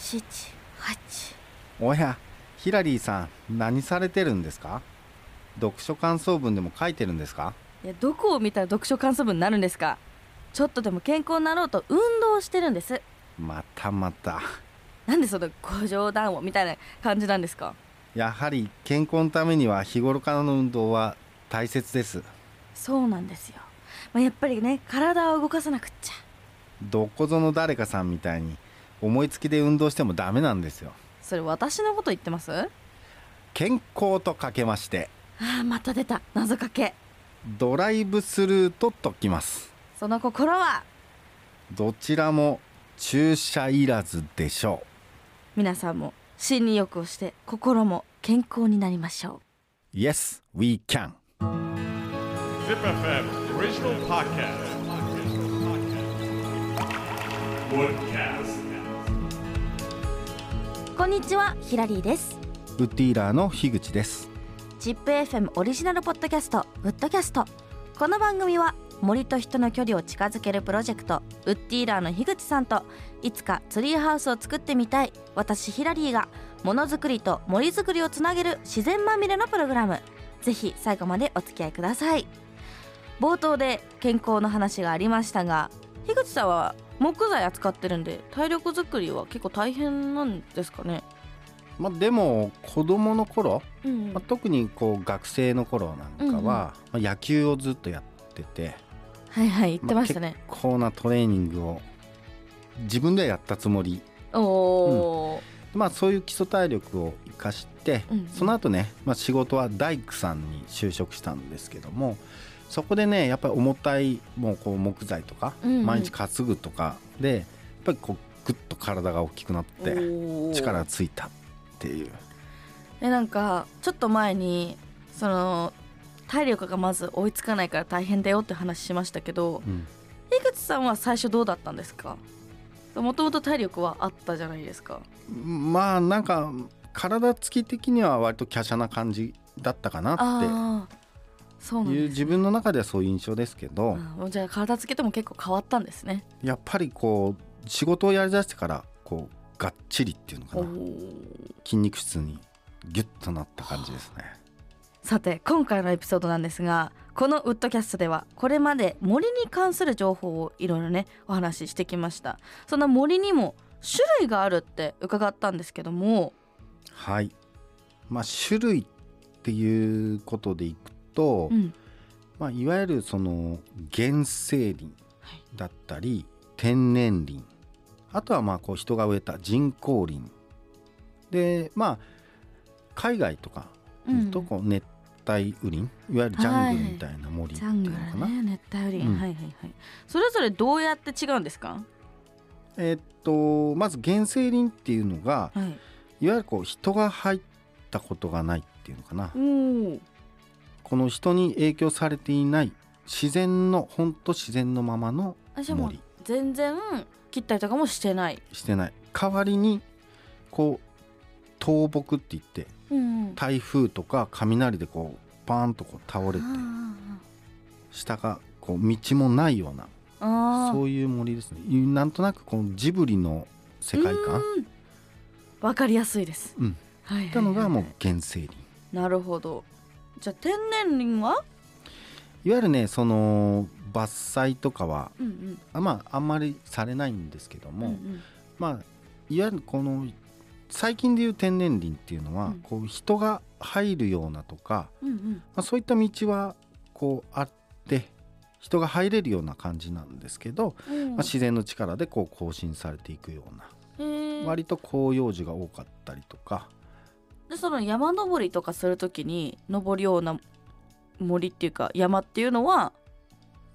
123456788おやヒラリーさん何されてるんですか読書感想文でも書いてるんですかいやどこを見たら読書感想文になるんですかちょっとでも健康になろうと運動してるんですまたまたなんでそのご冗談をみたいな感じなんですかやはり健康のためには日頃からの運動は大切ですそうなんですよ、まあ、やっぱりね体を動かさなくっちゃどこぞの誰かさんみたいに思いつきで運動してもダメなんですよそれ私のこと言ってますあ健康とかけましてあまた出た謎かけドライブスルーと解きますその心はどちらも注射いらずでしょ皆さんも心理欲をして心も健康になりましょう Yes, we can Zip FM original podcast. Woodcast. うこんにちはヒラリーですウッディーラーの樋口ですチップ FM オリジナルポッドキャストウッドキャストこの番組は森と人の距離を近づけるプロジェクトウッディーラーの樋口さんといつかツリーハウスを作ってみたい私ヒラリーがものづくりと森づくりをつなげる自然まみれのプログラムぜひ最後までお付き合いください冒頭で健康の話がありましたが樋口さんは木材扱ってるんで体力づくりは結構大変なんですかねまあでも子供の頃、うんまあ、特にこう学生の頃なんかは、まあ野球をずっとやっててはいはい言ってましたね、あ結構なトレーニングを自分ではやったつもりおおまあそういう基礎体力を生かして、うんその後ね、まあ、仕事は大工さんに就職したんですけどもそこでねやっぱり重たいもうこう木材とか、うんうん毎日担ぐとかでやっぱりこうグッと体が大きくなってー力がついたっていうえなんかちょっと前にその体力がまず追いつかないから大変だよって話しましたけどうん井口さんは最初どうだったんですかもともと体力はあったじゃないですかまあなんか体つき的には割と華奢な感じだったかなっああそうてなんいうです自分の中ではそういう印象ですけど、あーじゃあ体つけても結構変わったんですねやっぱりこう仕事をやりだしてからこうがっちりっていうのかおなー筋肉質にギュッとなった感じですね。さて今回のエピソードなんですがこのウッドキャストではこれまで森に関する情報をいろいろねお話ししてきましたその森にも種類があるって伺ったんですけどもはい。まあ種類っていうことでいくと、うんまあいわゆるその原生林はいだったり天然林、あとはまあこう人が植えた人工林でまあ海外とかうんとこう熱帯雨林、いわゆるジャングルみたいな森っジていャうンのグかな。ルね熱帯雨林、うんはいはいはいそれぞれどうやって違うんですかえっとまず原生林っていうのがはいいわゆるこう人が入ったことがないっていうのかな、おおこの人に影響されていない自然のほんと自然のままのあじゃあもう森全然切ったりとかもしてないしてない代わりにこう倒木って言ってうん台風とか雷でこうパーンとこう倒れてあ下がこう道もないようなーあそういう森ですねなんとなくこのジブリの世界観っうんわかりやすいです、うんはいはいはいてのがもう原生林なるほどじゃあ天然林はいわゆるねその伐採とかはうんうんあまああんまりされないんですけども、うんうんまあいわゆるこの最近でいう天然林っていうのは、うんこう人が入るようなとか、うんうんまあ、そういった道はこうあって人が入れるような感じなんですけど、うんまあ、自然の力でこう更新されていくような、へー割と広葉樹が多かったりとかでその山登りとかするときに登るような森っていうか山っていうのは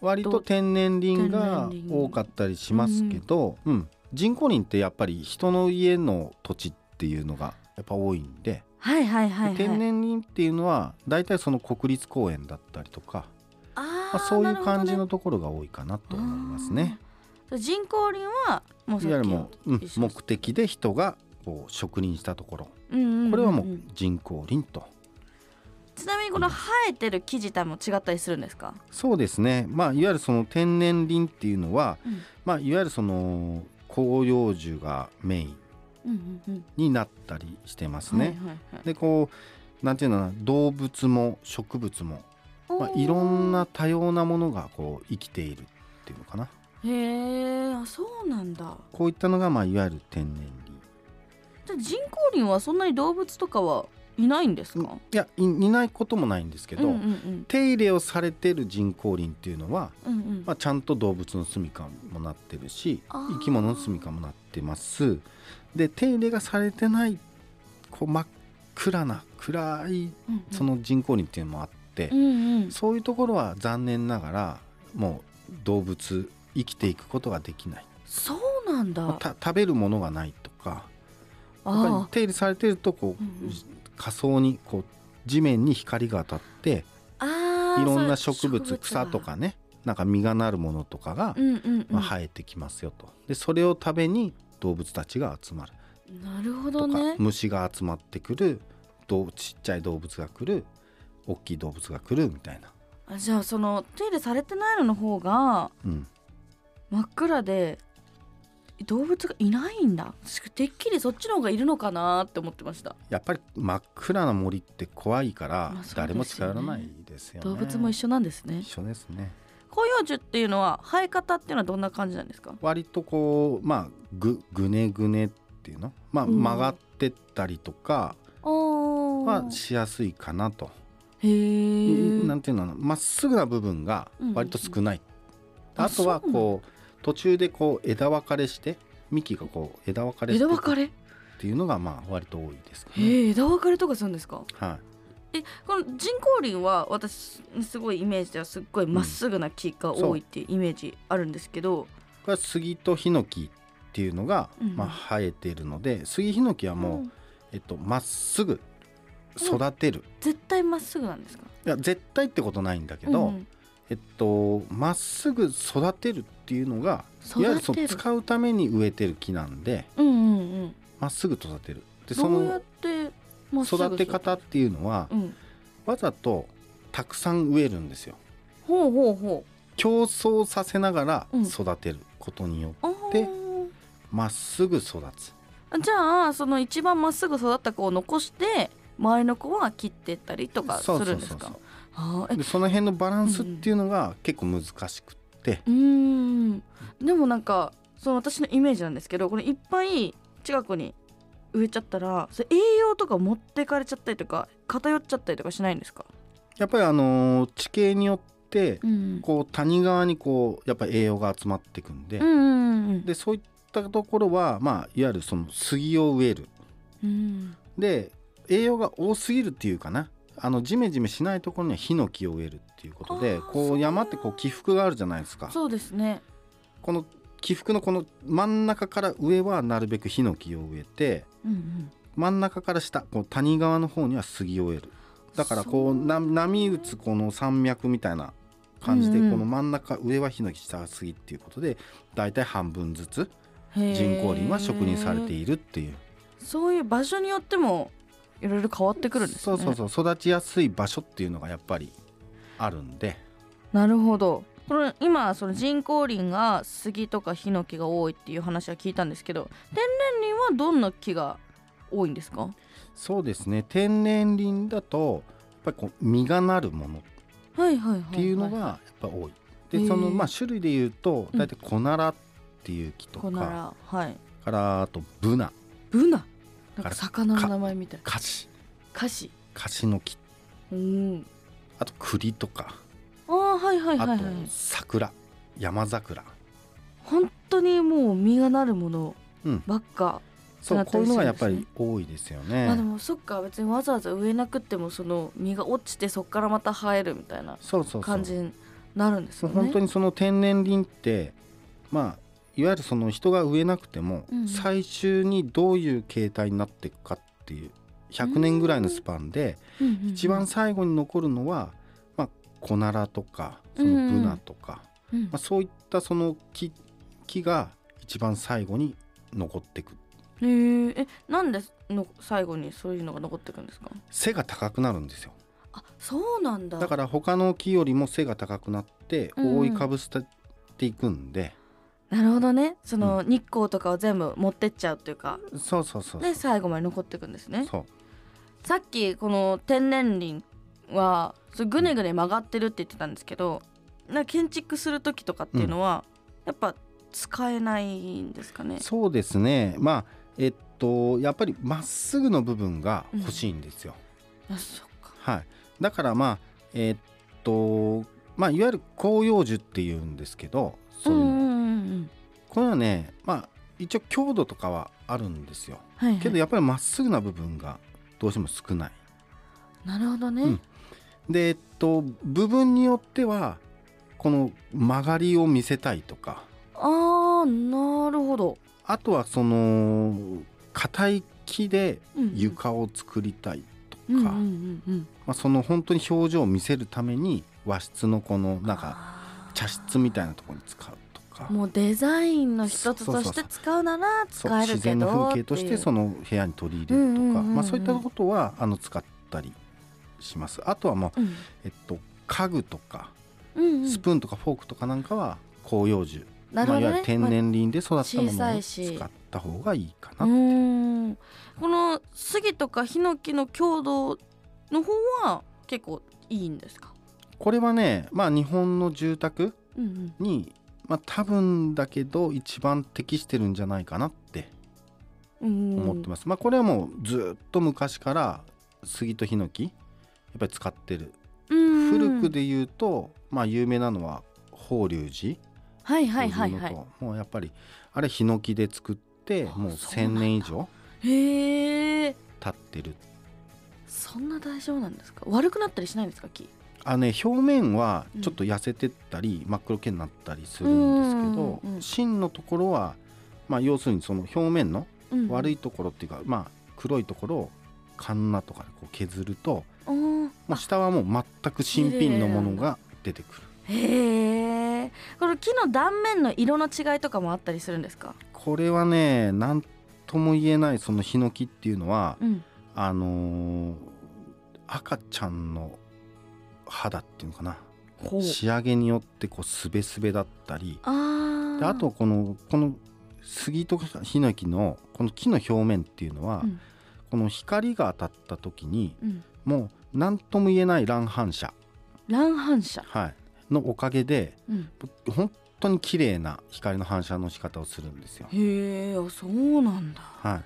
割と天然林が天然林多かったりしますけど、うん人工林ってやっぱり人の家の土地っていうのがやっぱ多いんで。はいはいはい、はい、で天然林っていうのは大体その国立公園だったりとか、あまあ、ーそういう感なじるのところが多いかなと思いますね。ほどね人工林はもういさっわゆるきもう、うん一緒です目的で人がこう植林したところうんうんうんうんこれはもう人工林とちなみにこの生えてる木自体も違ったりするんですか、そうですね、まあ、いわゆるその天然林っていうのは、うんまあ、いわゆるその広葉樹がメインうんうんうんになったりしてますはいね。はいはいでこうなんていうのかな動物も植物も、まあ、いろんな多様なものがこう生きているっていうのかなへえあそうなんだこういったのが、まあ、いわゆる天然林。じゃあ人工林はそんなに動物とかはいないんですか、いやいいないこともないんですけうん、ど、うんうん手入れをされてる人工林っていうのは、うんうんまあ、ちゃんと動物の住みかもなってるしあー生き物の住みかもなってますで手入れがされてないこう真っ暗な暗ういんうんその人工林っていうのもあってう、んうんそういうところは残念ながらもう動物生きていくことができない、そうなんだ、まあた食べるものがないとかやっぱりあ手入れされてるとこう、うんうん仮想にこう地面に光が当たってああーいろんなそう植物が草とかねなんか実がなるものとかが、うんうん、うんまあ、生えてきますよとでそれを食べに動物たちが集まるなるほどとか、ね虫が集まってくるどうちっちゃい動物が来る大きい動物が来るみたいな、あじゃあその手入れされてないのの方がうん、真っ暗で動物がいないんだしかてっきりそっちの方がいるのかなって思ってました、やっぱり真っ暗な森って怖いからまあそうですよね誰も近寄らないですよね,、動物も一緒緒なんですね一緒ですね広葉樹っていうのは生え方っていうのはどんな感じなんですか割とこうまあぐぐねぐねっていうの、まあ、うん曲がってったりとかおはしやすいかなと、へえなんていうのかなまっすぐな部分が割と少ない、うんあとはあそうなこう途中でこう枝分かれして幹がこう枝分かれして枝分いくかっれへていうのがまあ割と多いですかね。え枝分かれとかするんですかはいえこの人工林は私すごいイメージではすっごいまっすぐな木が多いっていうイメージあるんですけど、これは杉とヒノキっていうのが、うんまあ、生えているので杉ヒノキはもう、うんえっと、まっすぐ育てる、絶対まっすぐなんですかいや絶対ってことないんだけど、うんえっとまっすぐ育てるっていうのがいわゆる育てそるの使うために植えてる木なんでうんうんうんまっすぐ育てるでそどうやっのてまっすぐ育て方っていうのはうんわざとたくさん植えるんですよほうほうほう競争させながらうん育てることによあでーまっすぐ育つじゃあその一番まっすぐ育った子を残して周りの子は切ってったりとかすそうそるんうですそうそかうあーえでその辺のバランスっていうのが結構難しくって、うーんでもなんかその私のイメージなんですけどこれいっぱい近くに植えちゃったらそれ栄養とか持ってかれちゃったりとか偏っちゃったりとかしないんですか、やっぱりあのー地形によってうん、こう谷側にこうやっぱり栄養が集まってくんで、うんうんうんでそういったところはまあいわゆるその杉を植えるうんで栄養が多すぎるっていうかなあのジメジメしないところにはヒノキを植えるっていうことあでーこそうう山ってこう起伏があるじゃないですかそうですねこの起伏のこの真ん中から上はなるべくヒノキを植えてうんうん真ん中から下こう谷側の方には杉を植えるだからこうそうな波打つこの山脈みたいな感じでうこんうんの真ん中上はヒノキ下は杉っていうことで大体半分ずつへー人工林は植林されているっていうそういう場所によってもいろいろ変わってくるんですそねうそうそう育ちやすい場所っていうのがやっぱりあるんでなるほどこの今その人工林が杉とかヒノキが多いっていう話は聞いたんですけど天然林はどんな木が多いんですかそうですね天然林だとやっぱりこう実がなるものっはいはいはい、はい、ていうのがやっぱ多い。へでーそのまあ種類でいうとうん大体コナラっていう木とこなからはいからあとブナブナなんかから魚の名前みたいなカシカシカシの木うんあと栗とかああはいはいはいはあいと桜山桜本当にもう実がなるものうんばっか、そうってこなったりするんですねういうのがやっぱり多いですよまあでね。もそっか別にわざわざ植えなくってもその実が落ちてそっからまた生えるみたいなそうそうそう感じになるんですそようね本当にその天然林ってまあいわゆるその人が植えなくても、うん最終にどういう形態になっていくかっていう100年ぐらいのスパンで、うんうんうん一番最後に残るのは、まあ、コナラとかそのブナとか、うんまあ、そういったその木木が一番最後に残っていくへーえなんでの最後にそういうのが残ってくんですか背が高くなるんですよ。ああそうなんだだから他の木よりも背が高くなってうん覆いかぶせていくんで、なるほどねその日光とかを全部持ってっちゃうっていうか、そうそうそうで最後まで残っていくんですねそうさっきこの天然林はそうぐねぐね曲がってるって言ってたんですけどなんか建築する時とかっていうのは、やっぱ使えないんですかねそうですねまあえっとやっぱりまっすぐの部分が欲しいんですよ、あそっかはいだからまあえっとまあいわゆる広葉樹っていうんですけどそうういうんの、うんうんうんこういうのはねまあ一応強度とかはあるんですよはいはいけどやっぱりまっすぐな部分がどうしても少ないなるほどね、うんでえっと部分によってはこの曲がりを見せたいとかあーなるほど、あとはその硬い木でうんうん床を作りたいとか、うんうんうんうんまあ、その本当に表情を見せるために和室のこのなんかあー茶室みたいなところに使うとかもうデザインの一つとして使うならそう使え自るけ然のどっ風てい景うとしてその部屋に取り入れるとか、うんうんうんうんまあ、そういったことはあの使ったりしますあとはもう、うんえっと、家具とかうんうんスプーンとかフォークとかなんかは広葉樹、なるまほあ、いどわゆねる天然林で育ったも小さのをいし使った方がいいかうな、ーんこの杉とかヒノキの強度の方は結構いいんですか、これはね、まあ、日本の住宅うんうん、に、まあ、多分だけど一番適してるんじゃないかなってうん思ってます、まあこれはもうずっと昔から杉とヒノキやっぱり使ってる、うん古くで言うとまあ有名なのは法隆寺はいっはていいはいうはのともうやっぱりあれヒノキで作ってあもうそうなん1,000だ年以上いへえ経ってるそんな大丈夫なんですか悪くなったりしないんですか木あのね表面はうんちょっと痩せてったり、真っ黒けになったりするんですけど、うんうんうん芯のところはまあ要するにその表面の悪いいところっていうか、まあ黒いところをカンナとかでこう削るとあーもう下はもう全く新品のものが出てくるへえこの木の断面の色の違いとかもあったりするんですかこれはね何とも言えないそのヒノキっていうのは、うんあのー赤ちゃんの肌っていうのかなほ仕上げによってこうすべすべだったりあーであとこのこの杉とかヒノキのこの木の表面っていうのは、うんこの光が当たった時にうんもう何とも言えない乱反射、乱反射はい、のおかげでうん本当に綺麗な光の反射の仕方をするんですよ。へえあそうなんだは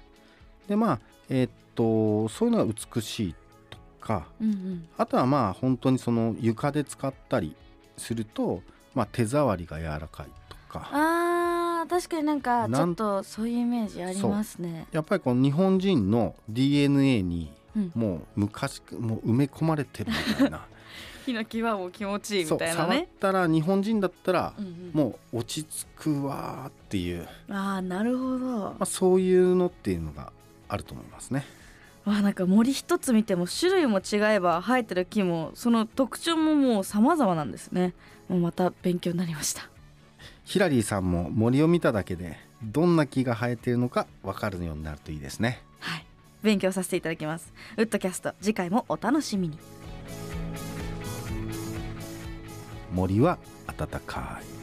い、でまあえーっとそういうのが美しいとかうんうんあとはまあ本当にその床で使ったりすると、まあ、手触りが柔らかいとかあー確かになんかちなょっんとそういうイメージありますね。やっぱりこの日本人の DNA にうんもう昔もう埋め込まれてるみ たいなヒノキはもう気持ちいいそみうたいな触っね。たら日本人だったらうんうんもう落ち着くわーっていう、あーなるほど。まあ、そういうのっていうのがあると思いますね。わあなんか森一つ見ても種類も違えば生えてる木もその特徴ももう様々なんですね。もうまた勉強になりました。ヒラリーさんも森を見ただけでどんな木が生えているのか分かるようになるといいですね。はい勉強させていただきます。ウッドキャスト次回もお楽しみに。森は暖かい